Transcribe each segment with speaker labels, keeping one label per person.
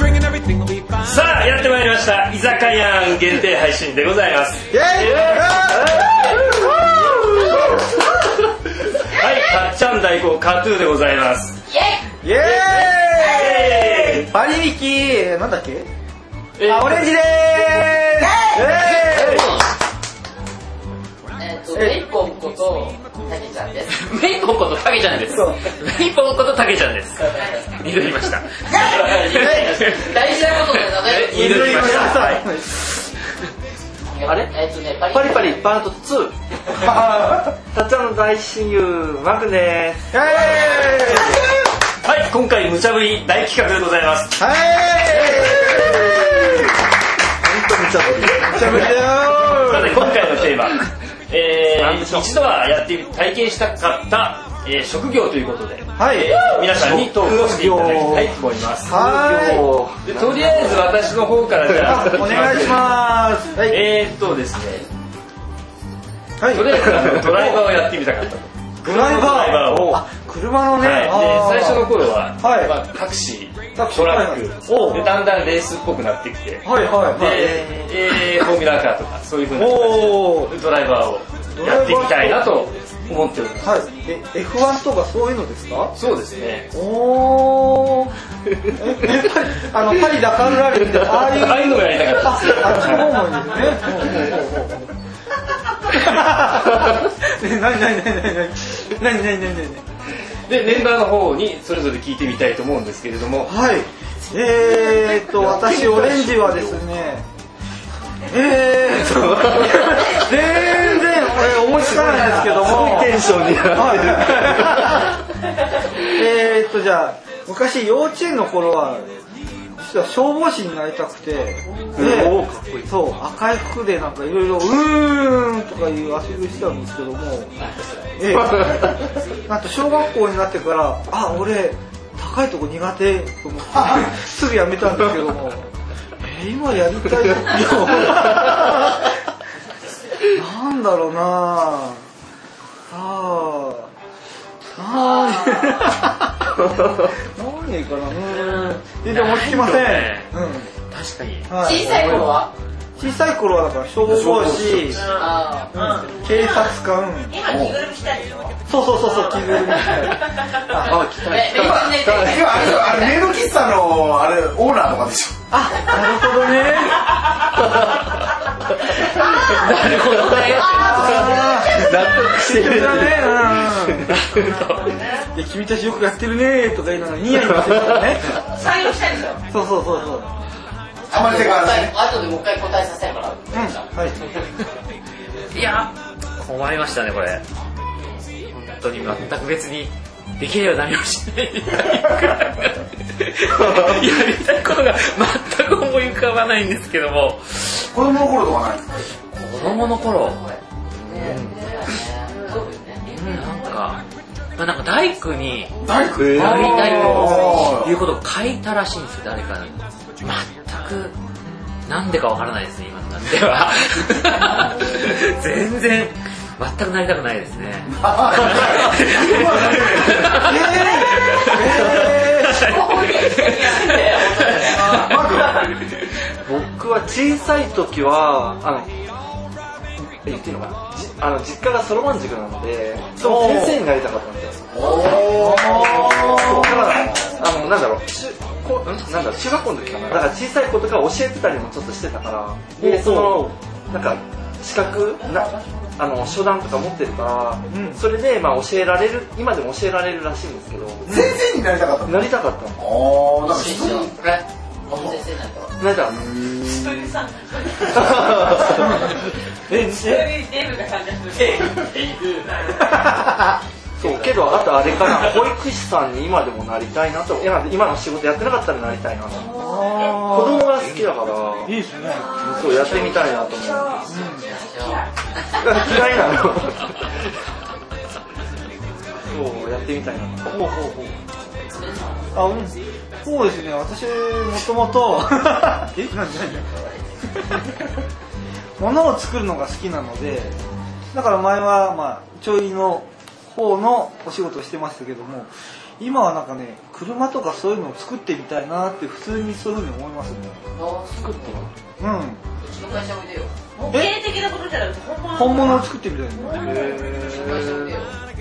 Speaker 1: さあ、やってまいりました。居酒屋限定配信でございます。
Speaker 2: イェ
Speaker 1: はい、かっちゃん代行カートゥーでございます。
Speaker 2: イイェー
Speaker 1: え
Speaker 2: イパリミキなんだっけ
Speaker 1: ーえ
Speaker 2: あ、オレンジでー
Speaker 3: えっと、ベイコンこと、たけちゃんです。
Speaker 1: メイコンことタケちゃんです
Speaker 2: そう。
Speaker 1: メイコンことタケちゃんです。緑りました。
Speaker 3: 大事なことで名
Speaker 1: え
Speaker 3: 前を
Speaker 2: す
Speaker 1: いいのに
Speaker 2: ました
Speaker 3: あれえっとね、パ
Speaker 4: パリ
Speaker 3: リ
Speaker 4: パリパート2たっちゃんの大親友マグネ
Speaker 2: イェー
Speaker 1: はい、今回無茶ぶり大企画でございます。
Speaker 2: イはいほんと無茶ぶり無茶ぶりだよ
Speaker 1: さて、今回のテーマ、え
Speaker 4: なんでしょ
Speaker 1: ー、
Speaker 4: う
Speaker 1: 一度はやってみ体験したかった、えー職業ということで、
Speaker 2: はい
Speaker 1: えー皆さんに投稿していただきたいと思います。
Speaker 2: は
Speaker 1: でとりあえず私の方からじゃあ、
Speaker 2: ーいお願いしますはい
Speaker 1: えーっとですね、
Speaker 2: はい
Speaker 1: とりあえずあのドライバーをやってみたかったと。
Speaker 2: ドライ
Speaker 1: ドライバ
Speaker 2: バ
Speaker 1: ー
Speaker 2: ー
Speaker 1: を
Speaker 2: あ車のね
Speaker 1: はい、で最初の
Speaker 2: あ
Speaker 1: 頃は、
Speaker 2: はい
Speaker 1: まあ、タクシー
Speaker 2: タクシー
Speaker 1: トラ
Speaker 2: はい
Speaker 1: ック、
Speaker 2: おう
Speaker 1: でだんだんレースっぽくなってきて、
Speaker 2: ーはいはいはい
Speaker 1: で、えーフォーミュラーカーとかそういう風な
Speaker 2: おー
Speaker 1: 形でドライバーをやっていきたいなと思っております
Speaker 2: はいえ F1 とかそういうのですか
Speaker 1: そうですね
Speaker 2: おーえあのパリダカールラリーみたいなああいう
Speaker 1: ああいうのがやりたか
Speaker 2: あ
Speaker 1: ったです
Speaker 2: あっちの方もいいですねね、なになになになになになになになに
Speaker 1: でメンバーの方にそれぞれ聞いてみたいと思うんですけれど も
Speaker 2: はい。えーっと、私、オレンジはですね、えーっ と、全然俺思いつかないんですけども、
Speaker 4: テンションになってる
Speaker 2: はい。えーっと、じゃあ、昔幼稚園の頃は、実は消防士になりたくて、で
Speaker 4: おーかっこいい
Speaker 2: そう、赤い服でなんかいろいろ、うーんとかいう遊びをしてたんですけども、ええ、 なんと小学校になってから、あ、俺、高いとこ苦手と思 って、すぐやめたんですけども、え今やりたいよ。なんだろうなぁ。さあ、 なん何がいいかな。うん全然思いつきません。
Speaker 1: ないよ
Speaker 2: うん
Speaker 1: 確かに
Speaker 2: はい
Speaker 3: 小さい頃は
Speaker 2: 小さい頃はだから消防士、うん
Speaker 3: あ
Speaker 2: 警察官、
Speaker 5: 今着ぐるみ着たでしょ
Speaker 2: そうそう そうそう着ぐるみみたいな。あ
Speaker 3: ー。え、勉強ね、
Speaker 6: だから今あれあれメイド喫茶のあれオーナーとかでしょ
Speaker 2: あ、なるほどね。
Speaker 1: なるほどね
Speaker 2: あ
Speaker 4: 納得
Speaker 2: ー
Speaker 4: し
Speaker 2: 素
Speaker 4: て
Speaker 2: 敵
Speaker 4: る
Speaker 2: だね。うんで君たちよくやってるねとか言いながらニヤニヤしてたからね。
Speaker 5: 採用したでしょ
Speaker 2: そうそうそうそう。
Speaker 6: あんまり手がない
Speaker 3: 後でもう一回答えさせるから。
Speaker 2: うん、はい。
Speaker 4: いや困りましたねこれ本当に全く別にできれば何もし ないやりたいことが全く思い浮かばないんですけども
Speaker 6: 子供の頃とかない
Speaker 4: 子供の頃
Speaker 3: そうですね。
Speaker 4: なんか、まあ、なんか大工に
Speaker 6: 大工え
Speaker 4: なりたい
Speaker 6: お
Speaker 4: と
Speaker 6: ー
Speaker 4: いうことを書いたらしいんですよ、誰かに。全く、なんでかわからないですね、今のなんでは。 全然、全くなりたくないですね。
Speaker 2: えーえ
Speaker 7: 僕は小さい時は、あの、言っていいのかなじあの、実家がそろばん塾なので、その先生になりたかったんですよ。だから、あの、なんだろう、中こんなんだろう、中学校の時かな。だから小さい子とか教えてたりもちょっとしてたから、で、その、なんか、資格な、あの、初段とか持ってるから、
Speaker 2: うん
Speaker 7: それで、まあ教えられる、今でも教えられるらしいんですけど、
Speaker 6: 先生になりたかったの
Speaker 7: なりたかったの。
Speaker 6: おーだ
Speaker 3: 先生
Speaker 6: から人に
Speaker 3: の、え先生になると。
Speaker 7: なりたかっ
Speaker 5: 人にさ、
Speaker 2: ーえー
Speaker 5: 人
Speaker 2: え
Speaker 5: にデブが感じする。
Speaker 7: た。 そう、けど、あとあれかな、保育士さんに今でもなりたいなと。いや今の仕事やってなかったらなりたいなと。
Speaker 2: あ
Speaker 7: 子供が好きだから、
Speaker 2: ーいいですね。
Speaker 7: そうやってみたいなと思う。嫌いなの。そう、やってみたいな。
Speaker 2: ほうほうほう。
Speaker 3: それじゃん
Speaker 2: あ、うん。そうですね、私、もともと、え、なになに 物を作るのが好きなので、だから前は、まあ、ちょいの方のお仕事をしてましたけども、今はなんかね、車とかそういうのを作ってみたいなって、普通にそういうふうに思いますね。
Speaker 3: あ作ってよ
Speaker 2: うん。
Speaker 3: うちの会社おいでよ
Speaker 5: 模型的なことじゃなくて本物
Speaker 2: 本物を作ってみたいね。
Speaker 3: うちの会社おいでよ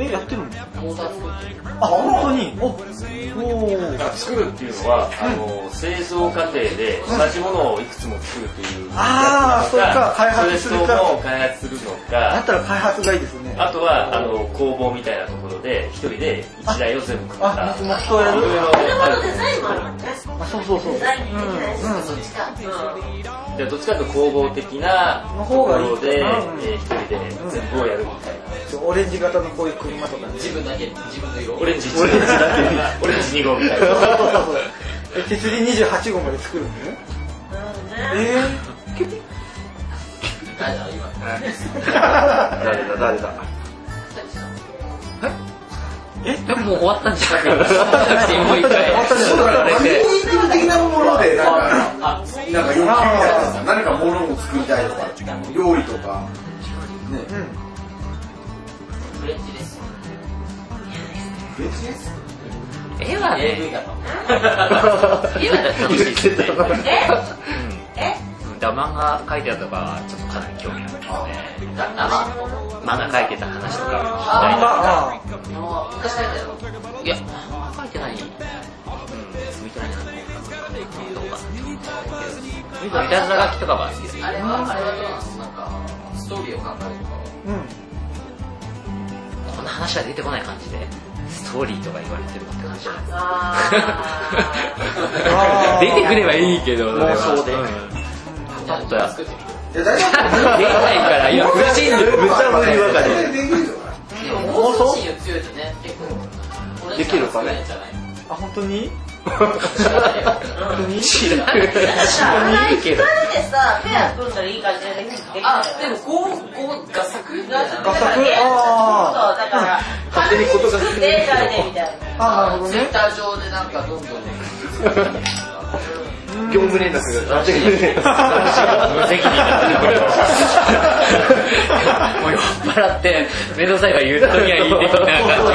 Speaker 2: え、やってるの
Speaker 3: モーター作ってる
Speaker 2: あ、本当にお、おー。
Speaker 1: 作るっていうのは、あの製造過程で同じものをいくつも作るっていう
Speaker 2: あー
Speaker 1: やつなの
Speaker 2: そうか開発するか
Speaker 1: それとも開発するの
Speaker 2: だっ
Speaker 1: か
Speaker 2: たら開発がいいですね。
Speaker 1: あとはあの工房みたいなところで一人で一台を全部組ん
Speaker 2: あ
Speaker 1: だ、
Speaker 2: もうそうや
Speaker 1: いろい
Speaker 2: る
Speaker 1: ろ
Speaker 5: 車
Speaker 1: あ
Speaker 5: の
Speaker 1: る
Speaker 5: デザインもあるもんね
Speaker 2: あ、そうそうそう。うん、う
Speaker 5: デ
Speaker 2: ん。
Speaker 5: ザイン的なやつ
Speaker 3: そっちか
Speaker 5: うん
Speaker 1: じゃあどっちかというと工房的なと
Speaker 2: の方
Speaker 1: こ
Speaker 2: がいい
Speaker 1: ろで、え
Speaker 2: うん
Speaker 1: ー一人で全部をやるみたいな。
Speaker 2: オレンジ型のこういう車とかね。
Speaker 3: 自分だけ自分の色
Speaker 1: オレンジ1号み たいな。オレンジ2号みたい
Speaker 2: そうそう
Speaker 1: な。
Speaker 2: そうそう。え、鉄輪28号まで作るんだね。
Speaker 5: なるほどね
Speaker 2: え
Speaker 3: 誰だ今
Speaker 7: 誰だ誰だ
Speaker 2: え
Speaker 4: でももう終わったんじゃないかな。終わったんじゃない
Speaker 2: 終わったんじゃ
Speaker 6: そう
Speaker 2: ない
Speaker 6: だから、
Speaker 4: て
Speaker 6: クリエイティブ的なもので、なんか、
Speaker 3: あ
Speaker 6: なんか欲求みたいなさ、何かものを作りたいとか、料理とか、ね、
Speaker 2: うん。
Speaker 3: フレンチです
Speaker 4: 絵はね、
Speaker 3: AV だから
Speaker 4: 絵は楽しいですね。
Speaker 5: ええ
Speaker 4: うんだから漫画書いてあったとか、ちょっとかなり興味あるんですね。あの漫画書いてた話と
Speaker 2: あ、
Speaker 4: か
Speaker 2: まあ、
Speaker 3: あ昔書いたよ
Speaker 4: 聞きたいな。いや、漫画書いてない。うん、向いてないなと思った。どうかな。いたずら書きとかは好きです。
Speaker 3: あれはあれはどうなのなんかストーリーを考える
Speaker 2: うん。
Speaker 4: こんな話は出てこない感じで、ストーリーとか言われてるって感じじゃないですか。
Speaker 2: あー
Speaker 4: 出てくればいいけど、
Speaker 7: 妄想で
Speaker 4: うん
Speaker 3: とじゃあ
Speaker 4: ちょっと
Speaker 3: 作ってみる
Speaker 6: いや、大丈
Speaker 4: 出ないから、いや、苦しんでる。
Speaker 6: 夫。
Speaker 7: むちゃぶりばかり
Speaker 6: 全然できるじ
Speaker 3: で
Speaker 6: ゃない
Speaker 3: も妄想心強いとね結構
Speaker 7: できるかね
Speaker 3: じゃない
Speaker 2: あ、本当に本当に
Speaker 4: 知らない。知らないけど。
Speaker 5: 二人でさペア組んだらいい感じでできる
Speaker 3: あでもこうこう合作
Speaker 5: だ
Speaker 2: 合
Speaker 5: から
Speaker 2: 作
Speaker 5: ゲーム
Speaker 2: あー
Speaker 5: そうだから
Speaker 7: 勝手にことが
Speaker 5: 作ってじゃあねみたい
Speaker 2: あ、
Speaker 5: な
Speaker 2: なるほど
Speaker 3: ツイ
Speaker 2: ね
Speaker 3: ッ。ター上でなんかどんどんね
Speaker 7: 業務連絡が出てくる。
Speaker 4: 無責任だな、もう酔っ払って、面倒くさいから言うときはいい的な感じ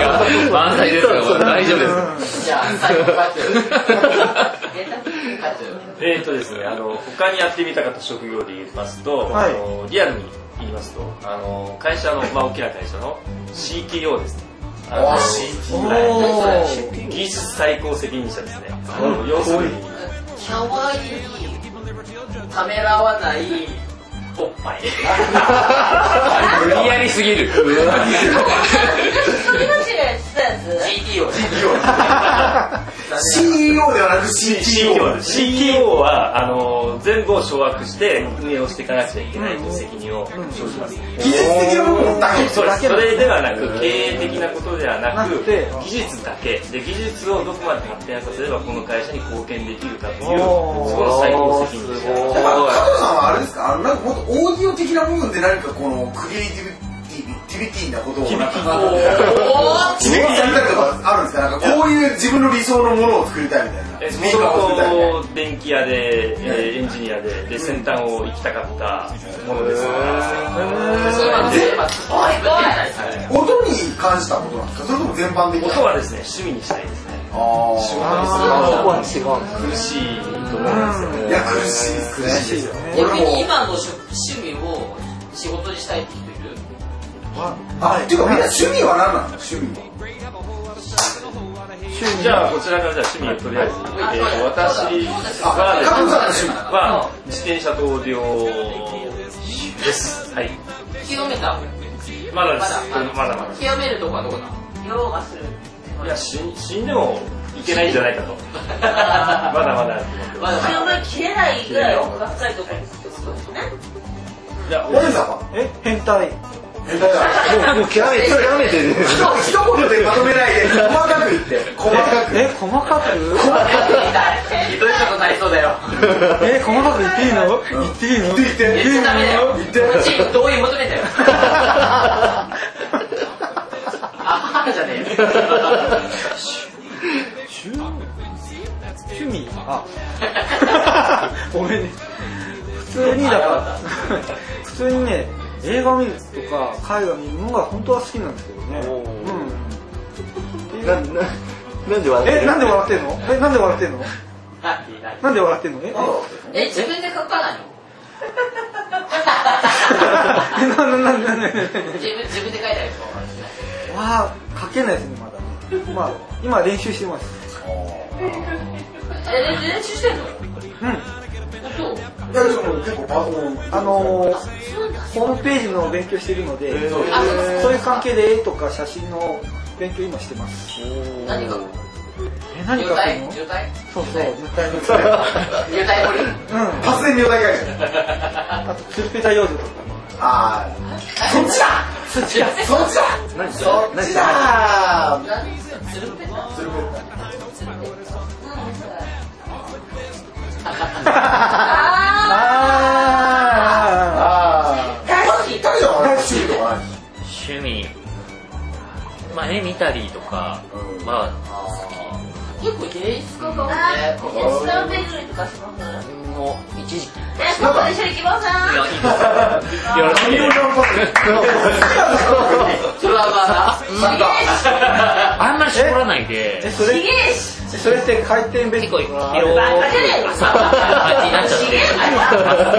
Speaker 4: が満載ですよ。大丈夫です。
Speaker 3: じゃあ最後カツカツ
Speaker 1: えーとですね、あの、他にやってみたかった職業で言いますと、
Speaker 2: はい
Speaker 1: あのリアルに言いますと、あの、会社の、まあ大きな会社の CTO ですね。あの
Speaker 6: おー
Speaker 1: CTO
Speaker 2: お
Speaker 1: はい
Speaker 2: ー。
Speaker 1: 技術最高責任者ですね。あの要するに、
Speaker 3: かわいいためらわない
Speaker 1: おっぱい。
Speaker 4: 無理やりすぎる。
Speaker 5: 一人間違いしてたやつ
Speaker 3: GT を
Speaker 6: CEO ではなく
Speaker 1: CTO
Speaker 6: CTO です。
Speaker 1: CTO は、あの、全部を掌握して運営をしていかなくちゃいけないという責任を承します。
Speaker 6: 技術的な部分だけ。
Speaker 1: そうですそれではなく経営的なことではな
Speaker 2: な
Speaker 1: く
Speaker 2: くて
Speaker 1: 技術だけで技術をどこまで発展させればこの会社に貢献できるかというそ
Speaker 2: おー
Speaker 1: の最高責任
Speaker 7: すごい
Speaker 1: 者
Speaker 6: やっぱ加藤さんはあれですかあの、なんかもっとオーディオ的な部分で何かこのクリエイティビティビティなことをなんかこう、自分でやりたいとかあるんですかなんかこういう自分の理想のものを作りたいみたいな。
Speaker 1: え
Speaker 6: メーカーを作りたいみたいな。
Speaker 1: もともと電気屋で、えーエンジニアでで先端を行きたかったものです
Speaker 3: 今全部すごいすごい
Speaker 6: 音に関したことなんですかそれとも全般的な
Speaker 1: 音はですね趣味にしたいですね
Speaker 6: あ
Speaker 1: 仕
Speaker 6: ー
Speaker 1: 事にする
Speaker 7: あ
Speaker 1: のは
Speaker 7: ーここは違うんです
Speaker 1: 苦しいと思うんですよね
Speaker 6: いや、苦しいですね。苦しいですよ。俺
Speaker 3: 逆に
Speaker 6: も、
Speaker 3: 今の趣味を仕事にしたいって人いる
Speaker 6: あ、っていうかみんな趣味は何なの趣味は。
Speaker 1: じゃあこちらからじゃあ趣味をとりあえず、えーと私はです
Speaker 6: 加藤
Speaker 1: ね
Speaker 6: さんの趣味。
Speaker 1: は自転車とオーディオです。はい。
Speaker 3: 清めた
Speaker 1: まだで
Speaker 3: ます
Speaker 1: ま
Speaker 3: だ。
Speaker 1: だまだまだ。
Speaker 3: 清めるとこはどこだ
Speaker 5: 用がする
Speaker 1: いや死ん死んでもいけないんじゃないか と。まだまだ。
Speaker 3: まだまだ
Speaker 5: 清め切れないぐらいが深いところにするってことですね
Speaker 1: いや、
Speaker 6: 俺さんは
Speaker 2: え、変態。
Speaker 6: え、だから、もう、もう極めて、極めてる。一言でまとめないで、細かく言って。細かく。
Speaker 2: え、細かく
Speaker 3: ひどいことになりそうだよ
Speaker 2: え、細かく言っていいの言っていいの
Speaker 6: 言って
Speaker 3: 言っちゃダメだよ
Speaker 6: 言って
Speaker 3: こっち同意求めたよあははじゃねえよ
Speaker 2: 趣趣味あごめんね普通にだから普通にね映画見るとか絵画見るのが本当は好きなんですけどね
Speaker 7: おー
Speaker 2: うん
Speaker 7: な、な、なんで笑ってる
Speaker 2: えなんで笑ってんのえなんで笑ってんの
Speaker 4: ハッピーな
Speaker 2: なんで笑ってんのえ
Speaker 3: え、自分で書かないの
Speaker 2: えななななな
Speaker 3: 自分、自分で書いたりとかはしない。
Speaker 2: わあ書けないですねまだねまあ今練習してます
Speaker 3: え、練習練習してんの
Speaker 2: うん
Speaker 3: そう。
Speaker 6: いや、でも結構パソコン、
Speaker 2: あのー、ホームページの勉強してるので、
Speaker 3: あ、そうです
Speaker 2: そういう関係で絵とか写真の勉強今してます。
Speaker 3: 何か、
Speaker 2: え、何
Speaker 3: 流
Speaker 2: 書く
Speaker 3: 体
Speaker 2: の
Speaker 3: 流体
Speaker 2: そうそう、絶対に。
Speaker 3: 流体掘り
Speaker 2: うん。
Speaker 6: 発電量大会社。
Speaker 2: あと、ツルペタ用具とか。
Speaker 6: あ
Speaker 3: そっちだ
Speaker 2: そっちだ
Speaker 6: ー、そっちだ
Speaker 4: 何それ
Speaker 6: そっ
Speaker 4: 何
Speaker 6: ち
Speaker 4: それ
Speaker 6: だ
Speaker 3: 何つるってな
Speaker 6: それ
Speaker 2: あ
Speaker 6: あー、
Speaker 3: 大好き
Speaker 6: 誰だろう、趣味とかない
Speaker 4: 趣味まあ絵見たりとか
Speaker 6: うん
Speaker 4: ま
Speaker 3: 結構芸術家かもね
Speaker 5: あ
Speaker 3: こ
Speaker 5: ー、
Speaker 3: こ
Speaker 5: じゃあ、スタンページとかします
Speaker 4: あ
Speaker 5: ね、
Speaker 4: 自分も一時期い
Speaker 5: 今度一緒に行きます
Speaker 4: やいいですよよろしく
Speaker 3: それはまあな
Speaker 4: あんまり絞らないで
Speaker 2: ーえ、それ
Speaker 5: ひ、げえし
Speaker 2: それって回転ベ
Speaker 4: 結構
Speaker 2: ッド
Speaker 4: い
Speaker 2: と
Speaker 4: ろ
Speaker 2: か
Speaker 4: い。ろ
Speaker 5: バカじゃねえの
Speaker 4: 朝感じになっちゃってます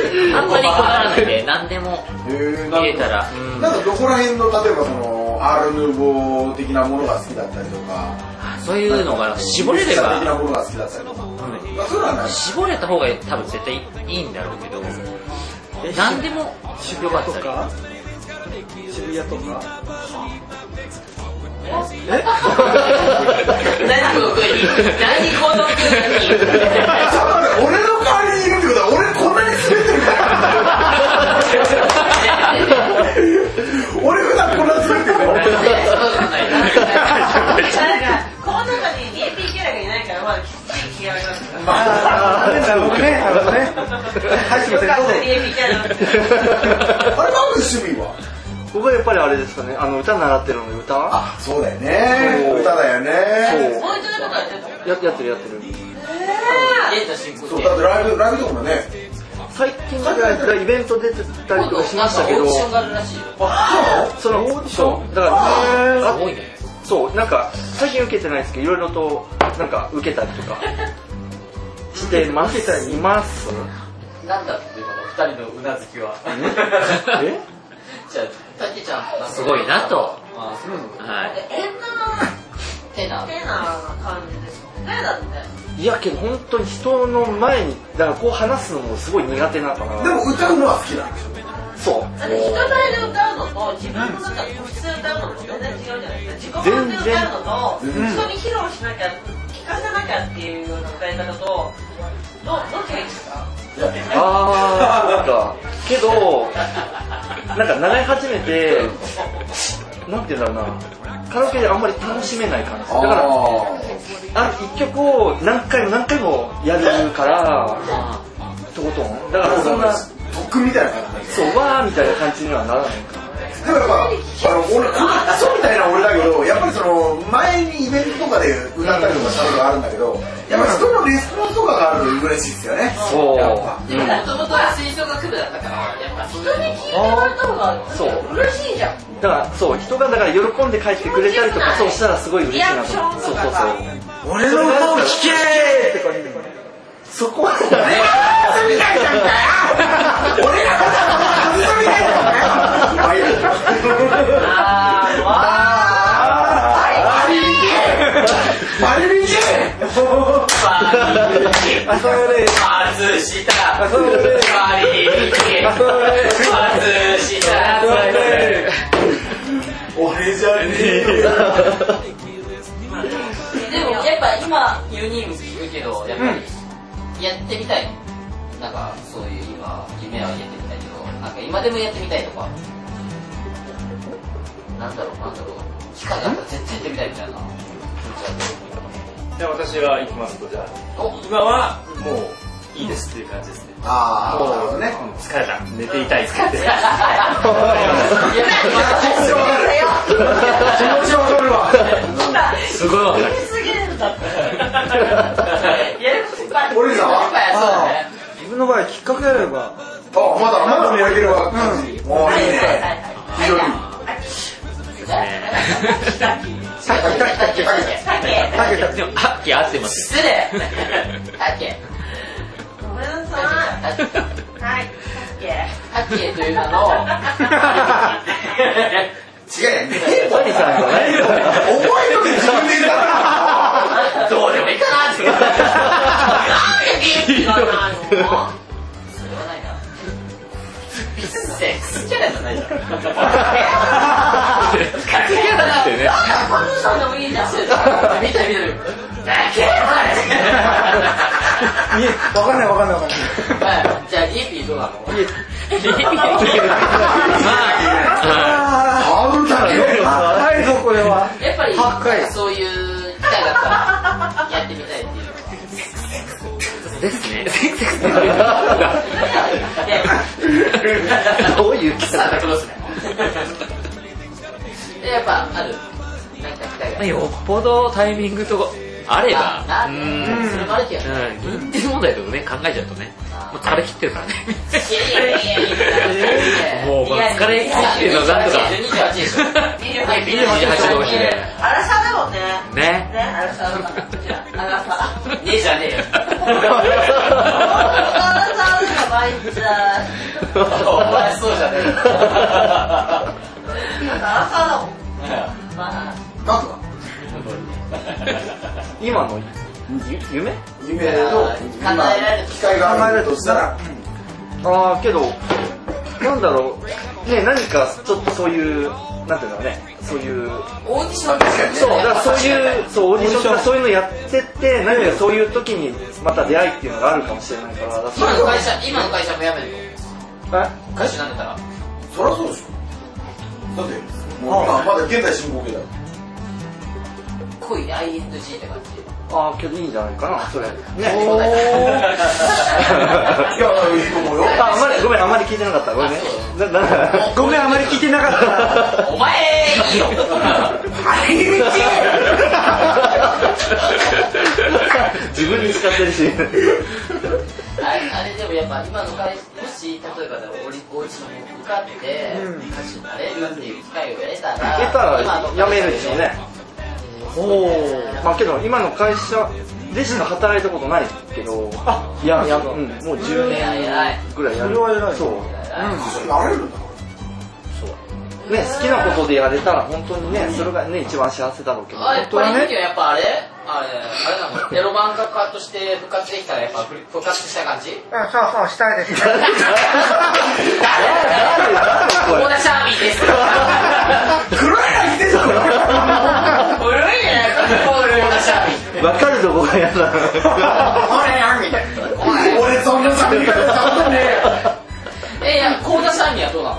Speaker 4: けどあんまりこだわらないで何でも
Speaker 6: えー
Speaker 4: 見れたらうん
Speaker 6: なんかどこら辺の、例えばその、アール・ヌーボー的なものが好きだったりとか、
Speaker 4: そういうのが絞れれ
Speaker 6: ミスター的な
Speaker 4: ば
Speaker 6: ものが好きだったりとか。
Speaker 4: うん
Speaker 6: まあ、そういうのはない。
Speaker 4: 絞れた方が多分絶対いいんだろうけど
Speaker 2: え
Speaker 4: 何でもよ
Speaker 2: 渋
Speaker 4: かっ
Speaker 2: 谷と
Speaker 4: たり
Speaker 2: か渋谷とか。
Speaker 3: 何この国何この
Speaker 6: ちょっと待って俺の代わりにいるってことは、俺こんなに滑ってるから。俺普段こんな滑ってるの
Speaker 5: なんか、この中に AP キャラがいないから、まだきつい気がありますから。
Speaker 2: あー、なるほどね、なるほどね。はい、すいません、どうぞ。
Speaker 5: AP キャラ
Speaker 6: あれ、マムの趣味は
Speaker 7: 僕はやっぱりあれですかね、あの、歌習ってるので歌や、
Speaker 6: あ、そうだよね。歌だよね。
Speaker 5: ボイトレとかやってるの
Speaker 7: やってるやってる。
Speaker 6: そう、だってライブ、ライブとかもね。
Speaker 7: 最近だからイベント出てたりとかしましたけど、
Speaker 6: あ、
Speaker 7: そのオーディションだから、あそう、なんか、最近受けてないですけど、いろいろと、なんか、受けたりとか、してます。受けたりいます。
Speaker 4: なんだっていうの二人のうなずきは
Speaker 7: え
Speaker 4: じゃ
Speaker 3: たけちゃん
Speaker 4: あすごいなと
Speaker 3: あそう
Speaker 4: はい
Speaker 5: 変な、
Speaker 3: てな
Speaker 5: 変な感じですね。だって。
Speaker 7: いやけど本当に人の前にだからこう話すのもすごい苦手なのか
Speaker 6: そう。
Speaker 7: な
Speaker 6: でも歌うのは好きなんでしょ。
Speaker 7: そう
Speaker 5: だって人前で歌うのと、自分の中で個室で歌うのと全然違うじゃないですか。自己満で歌うのと、人に披露しなきゃ、聞かせなきゃっていうような歌い方と、ど、どっちがいいですか
Speaker 7: ああそうかけどなんか習い始めてなんて言うんだろうなカラオケであんまり楽しめない感じだから
Speaker 6: あ
Speaker 7: ある一曲を何回も何回もやるからとことんだからそんなそ
Speaker 6: ー、特みたいな感じ
Speaker 7: うわーみたいな感じにはならない
Speaker 6: でもやっぱ、あの、俺、そうみたいな俺だけど、やっぱりその、前にイベントとかで歌ったりとかしたことがあるんだけど、やっぱ人のレスポンスとかがあると嬉しいですよね。
Speaker 7: そう
Speaker 6: やっぱ
Speaker 3: でももともとは吹奏楽部だったからやっぱそういう
Speaker 5: 人に聞いてもらった方
Speaker 7: そう
Speaker 5: が嬉しいじゃん。
Speaker 7: だからそう人がだから喜んで帰ってくれたりとかそうしたらすごい嬉しいなと思ってそうそうそう
Speaker 2: 俺の歌を聴けーって感じですね。
Speaker 7: そこはね
Speaker 6: 俺が歌うの外さみたいなのね。
Speaker 5: あー、
Speaker 6: あー、バリビンゲ
Speaker 2: あ、それ、
Speaker 4: パズした
Speaker 2: あ、それ、
Speaker 4: パリ
Speaker 2: あ、それ。
Speaker 4: パズした
Speaker 6: 俺じゃねえよ。
Speaker 3: でもやっぱ今4人いるけどやっぱりやってみたい、なんかそういう今夢はやってみたいけどなんか今でもやってみたいとかなんだろうなんだろう機会があったら絶対やってみたいみたいな気持ち
Speaker 1: じゃあ私が行きますと、じゃあ、
Speaker 3: あるお
Speaker 1: 今はもういいですっていう感じですね。
Speaker 6: あー、なるほどね。
Speaker 1: うん疲れた。寝ていたいって言って。
Speaker 3: いや
Speaker 6: 気持ちわかる。気持ちわかるわ。
Speaker 4: すごいわかる
Speaker 5: すげえんだって。やることいっぱいある
Speaker 6: 俺らは
Speaker 3: そうだね。
Speaker 2: 自分の場合はきっかけがあれば、
Speaker 6: あ、まだ、まだ見上げるわ。うん。おー、いい
Speaker 5: はいはい
Speaker 6: ね。
Speaker 5: はい
Speaker 6: 非常に。
Speaker 3: さっき、さっき、さっき。
Speaker 5: さっ
Speaker 2: だ
Speaker 5: き
Speaker 2: け ど、
Speaker 4: でも、はっき合ってます
Speaker 3: 失礼さっき、
Speaker 5: ごめんなさ
Speaker 3: さっき、
Speaker 5: い。はい。いや
Speaker 3: さっきという名の、
Speaker 6: 違うやん。何さ、何覚えとけ、自分で言ったら。
Speaker 3: どうでもいいかなって。なんで元気がないのそれはないな。ビスセックスじゃないじゃないじゃん。格ゲーだな。
Speaker 4: ね。
Speaker 5: パンさんでもいいじゃん。
Speaker 3: 見てる見てる。だけはい
Speaker 2: えわかんないわかんないわかんない。
Speaker 3: い。じゃあ、リエピーどうなのリエピ
Speaker 2: あ
Speaker 6: あるだ
Speaker 2: ー、
Speaker 6: け。
Speaker 2: 高いぞ、これは。
Speaker 3: やっぱり
Speaker 2: 高い、
Speaker 3: そういう機会があったら、やってみたいってい
Speaker 4: で
Speaker 3: う。
Speaker 4: すね。
Speaker 7: どういう
Speaker 3: サンタクロースね。で、やっぱ、ある。なんか機会が
Speaker 4: まあ。よっぽどタイミングとかあれば、う
Speaker 3: なそれ
Speaker 4: ん。
Speaker 3: もあるけど。
Speaker 4: うん、認定問題とかね、考えちゃうとね、もう疲れ切ってるからね。もうこの疲れ切ってるのなんとか。28同士で。
Speaker 5: アラサーだもんね。
Speaker 4: ね。
Speaker 5: ね、アラサーだから。アラサー。
Speaker 3: ねえじゃねえよ。
Speaker 5: アラサーだから毎日だ。
Speaker 3: お前そうじゃねえよ。
Speaker 5: アラサーだもん。まあ、
Speaker 6: なんとか。
Speaker 7: 今の夢
Speaker 6: 夢の、
Speaker 3: 叶えられる
Speaker 6: 機会があるとしたら、
Speaker 7: ああけどなんだろうね何かちょっとそういうなんていうんだろうねそういう
Speaker 3: オーディションとかね
Speaker 7: そうだからそういうそうオーディションとかそういうのやってって何かそういう時にまた出会いっていうのがあるかもしれないからだからそういう
Speaker 3: 今の
Speaker 7: の
Speaker 3: 会社、今の会社も辞めるの会社なんでたら。
Speaker 6: そりゃそうでしょ。だって、もう今、まだ現在進行形だ。
Speaker 3: 恋で ING って感じ。
Speaker 7: ああけどいいんじゃないかなそれね
Speaker 3: そうだよ
Speaker 6: いや、いいと思うよ。
Speaker 7: ああまりごめんあまり聞いてなかったごめんねななな
Speaker 2: ごめん、あまり聞いてなかった。
Speaker 3: お前いいよ。
Speaker 7: 自分に使ってるし
Speaker 3: あれあれでもやっぱ今の会社もし例えばねオリオーディションに受かって歌手になれるっていう機会を得たら
Speaker 7: 言ったらやめるでしょうね
Speaker 3: お
Speaker 7: まあけど今の会社でしか働いたことないけどあいやいや、うん、もう10
Speaker 3: いやいやい
Speaker 7: 年ぐらいやる
Speaker 2: それは偉い
Speaker 7: そう
Speaker 6: なれるんだ。
Speaker 7: ね、好きなことでやれたら本当にね、それがね、一番幸せだろうけど。
Speaker 3: あやっぱり時はやっぱあれあれあれなのエロ漫画家として復活できたらやっぱ復活した感じ
Speaker 2: うん、そうそう、したいです。
Speaker 7: 誰誰これ
Speaker 3: 友達アーミーです
Speaker 6: 黒柳出てこない
Speaker 3: 古いね友達アーミー
Speaker 7: わかるぞ、僕はやだ。
Speaker 3: 俺アーミーお前
Speaker 6: 俺、そんな喋り方したことね
Speaker 3: えいや友達アーミーはどうなの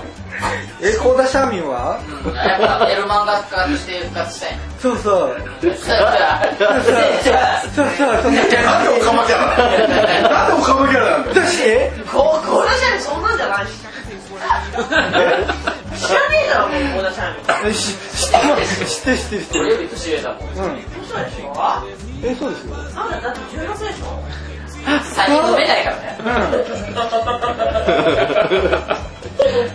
Speaker 2: え、コーダシャーミンは
Speaker 3: うんやっぱエロ漫画家として復活したいの
Speaker 2: そうそう。
Speaker 3: そうそ
Speaker 2: そ
Speaker 3: う そう
Speaker 2: うそう、そう。
Speaker 6: え。なんでオカマキャラなんだなんでオカマキャラなんだよ。
Speaker 2: どうして
Speaker 5: こう、こうだしゃそんなんじゃないし。知らねえだろ、もう、こうだしゃ
Speaker 2: えし知ってます知ってる知ってる知って
Speaker 3: 俺
Speaker 2: る。
Speaker 3: より年上だもん
Speaker 2: うん。
Speaker 5: 嘘でしょ
Speaker 2: え、そうですよ。
Speaker 5: あんただって16でしょ
Speaker 3: 最近飲めないからね。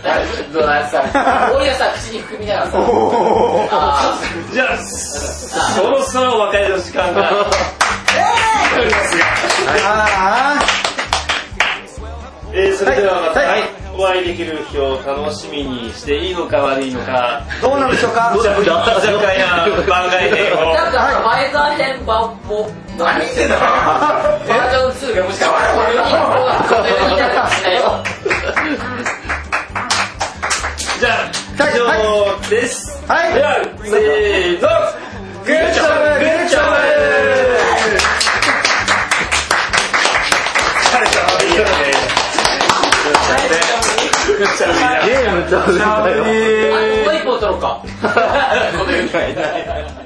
Speaker 3: 大丈夫どうなんすか俺がさ、口に含みながら さ、あ
Speaker 1: じゃあ、そろそろお別れの時間が。
Speaker 2: あ
Speaker 1: えー、それではまた、お会いできる日を楽しみにしていいのか悪いのか、
Speaker 2: あ、どうなるでしょうか
Speaker 1: じゃあ、じ ゃあ、じゃあ、番外編
Speaker 3: ーなん
Speaker 1: を。
Speaker 3: か、前澤編バンボ、何言ってんだバージョン2がもしかしたら、俺の日本がこの世にいたかもしれないよ。
Speaker 1: じゃあ、以上です。
Speaker 2: はい
Speaker 1: では、せーの、グッジョブ、グッジョブ疲れた、いいね。
Speaker 7: ゲームちゃう
Speaker 2: しゃべり
Speaker 3: あもう一本取ろうか。
Speaker 1: この世にはいない。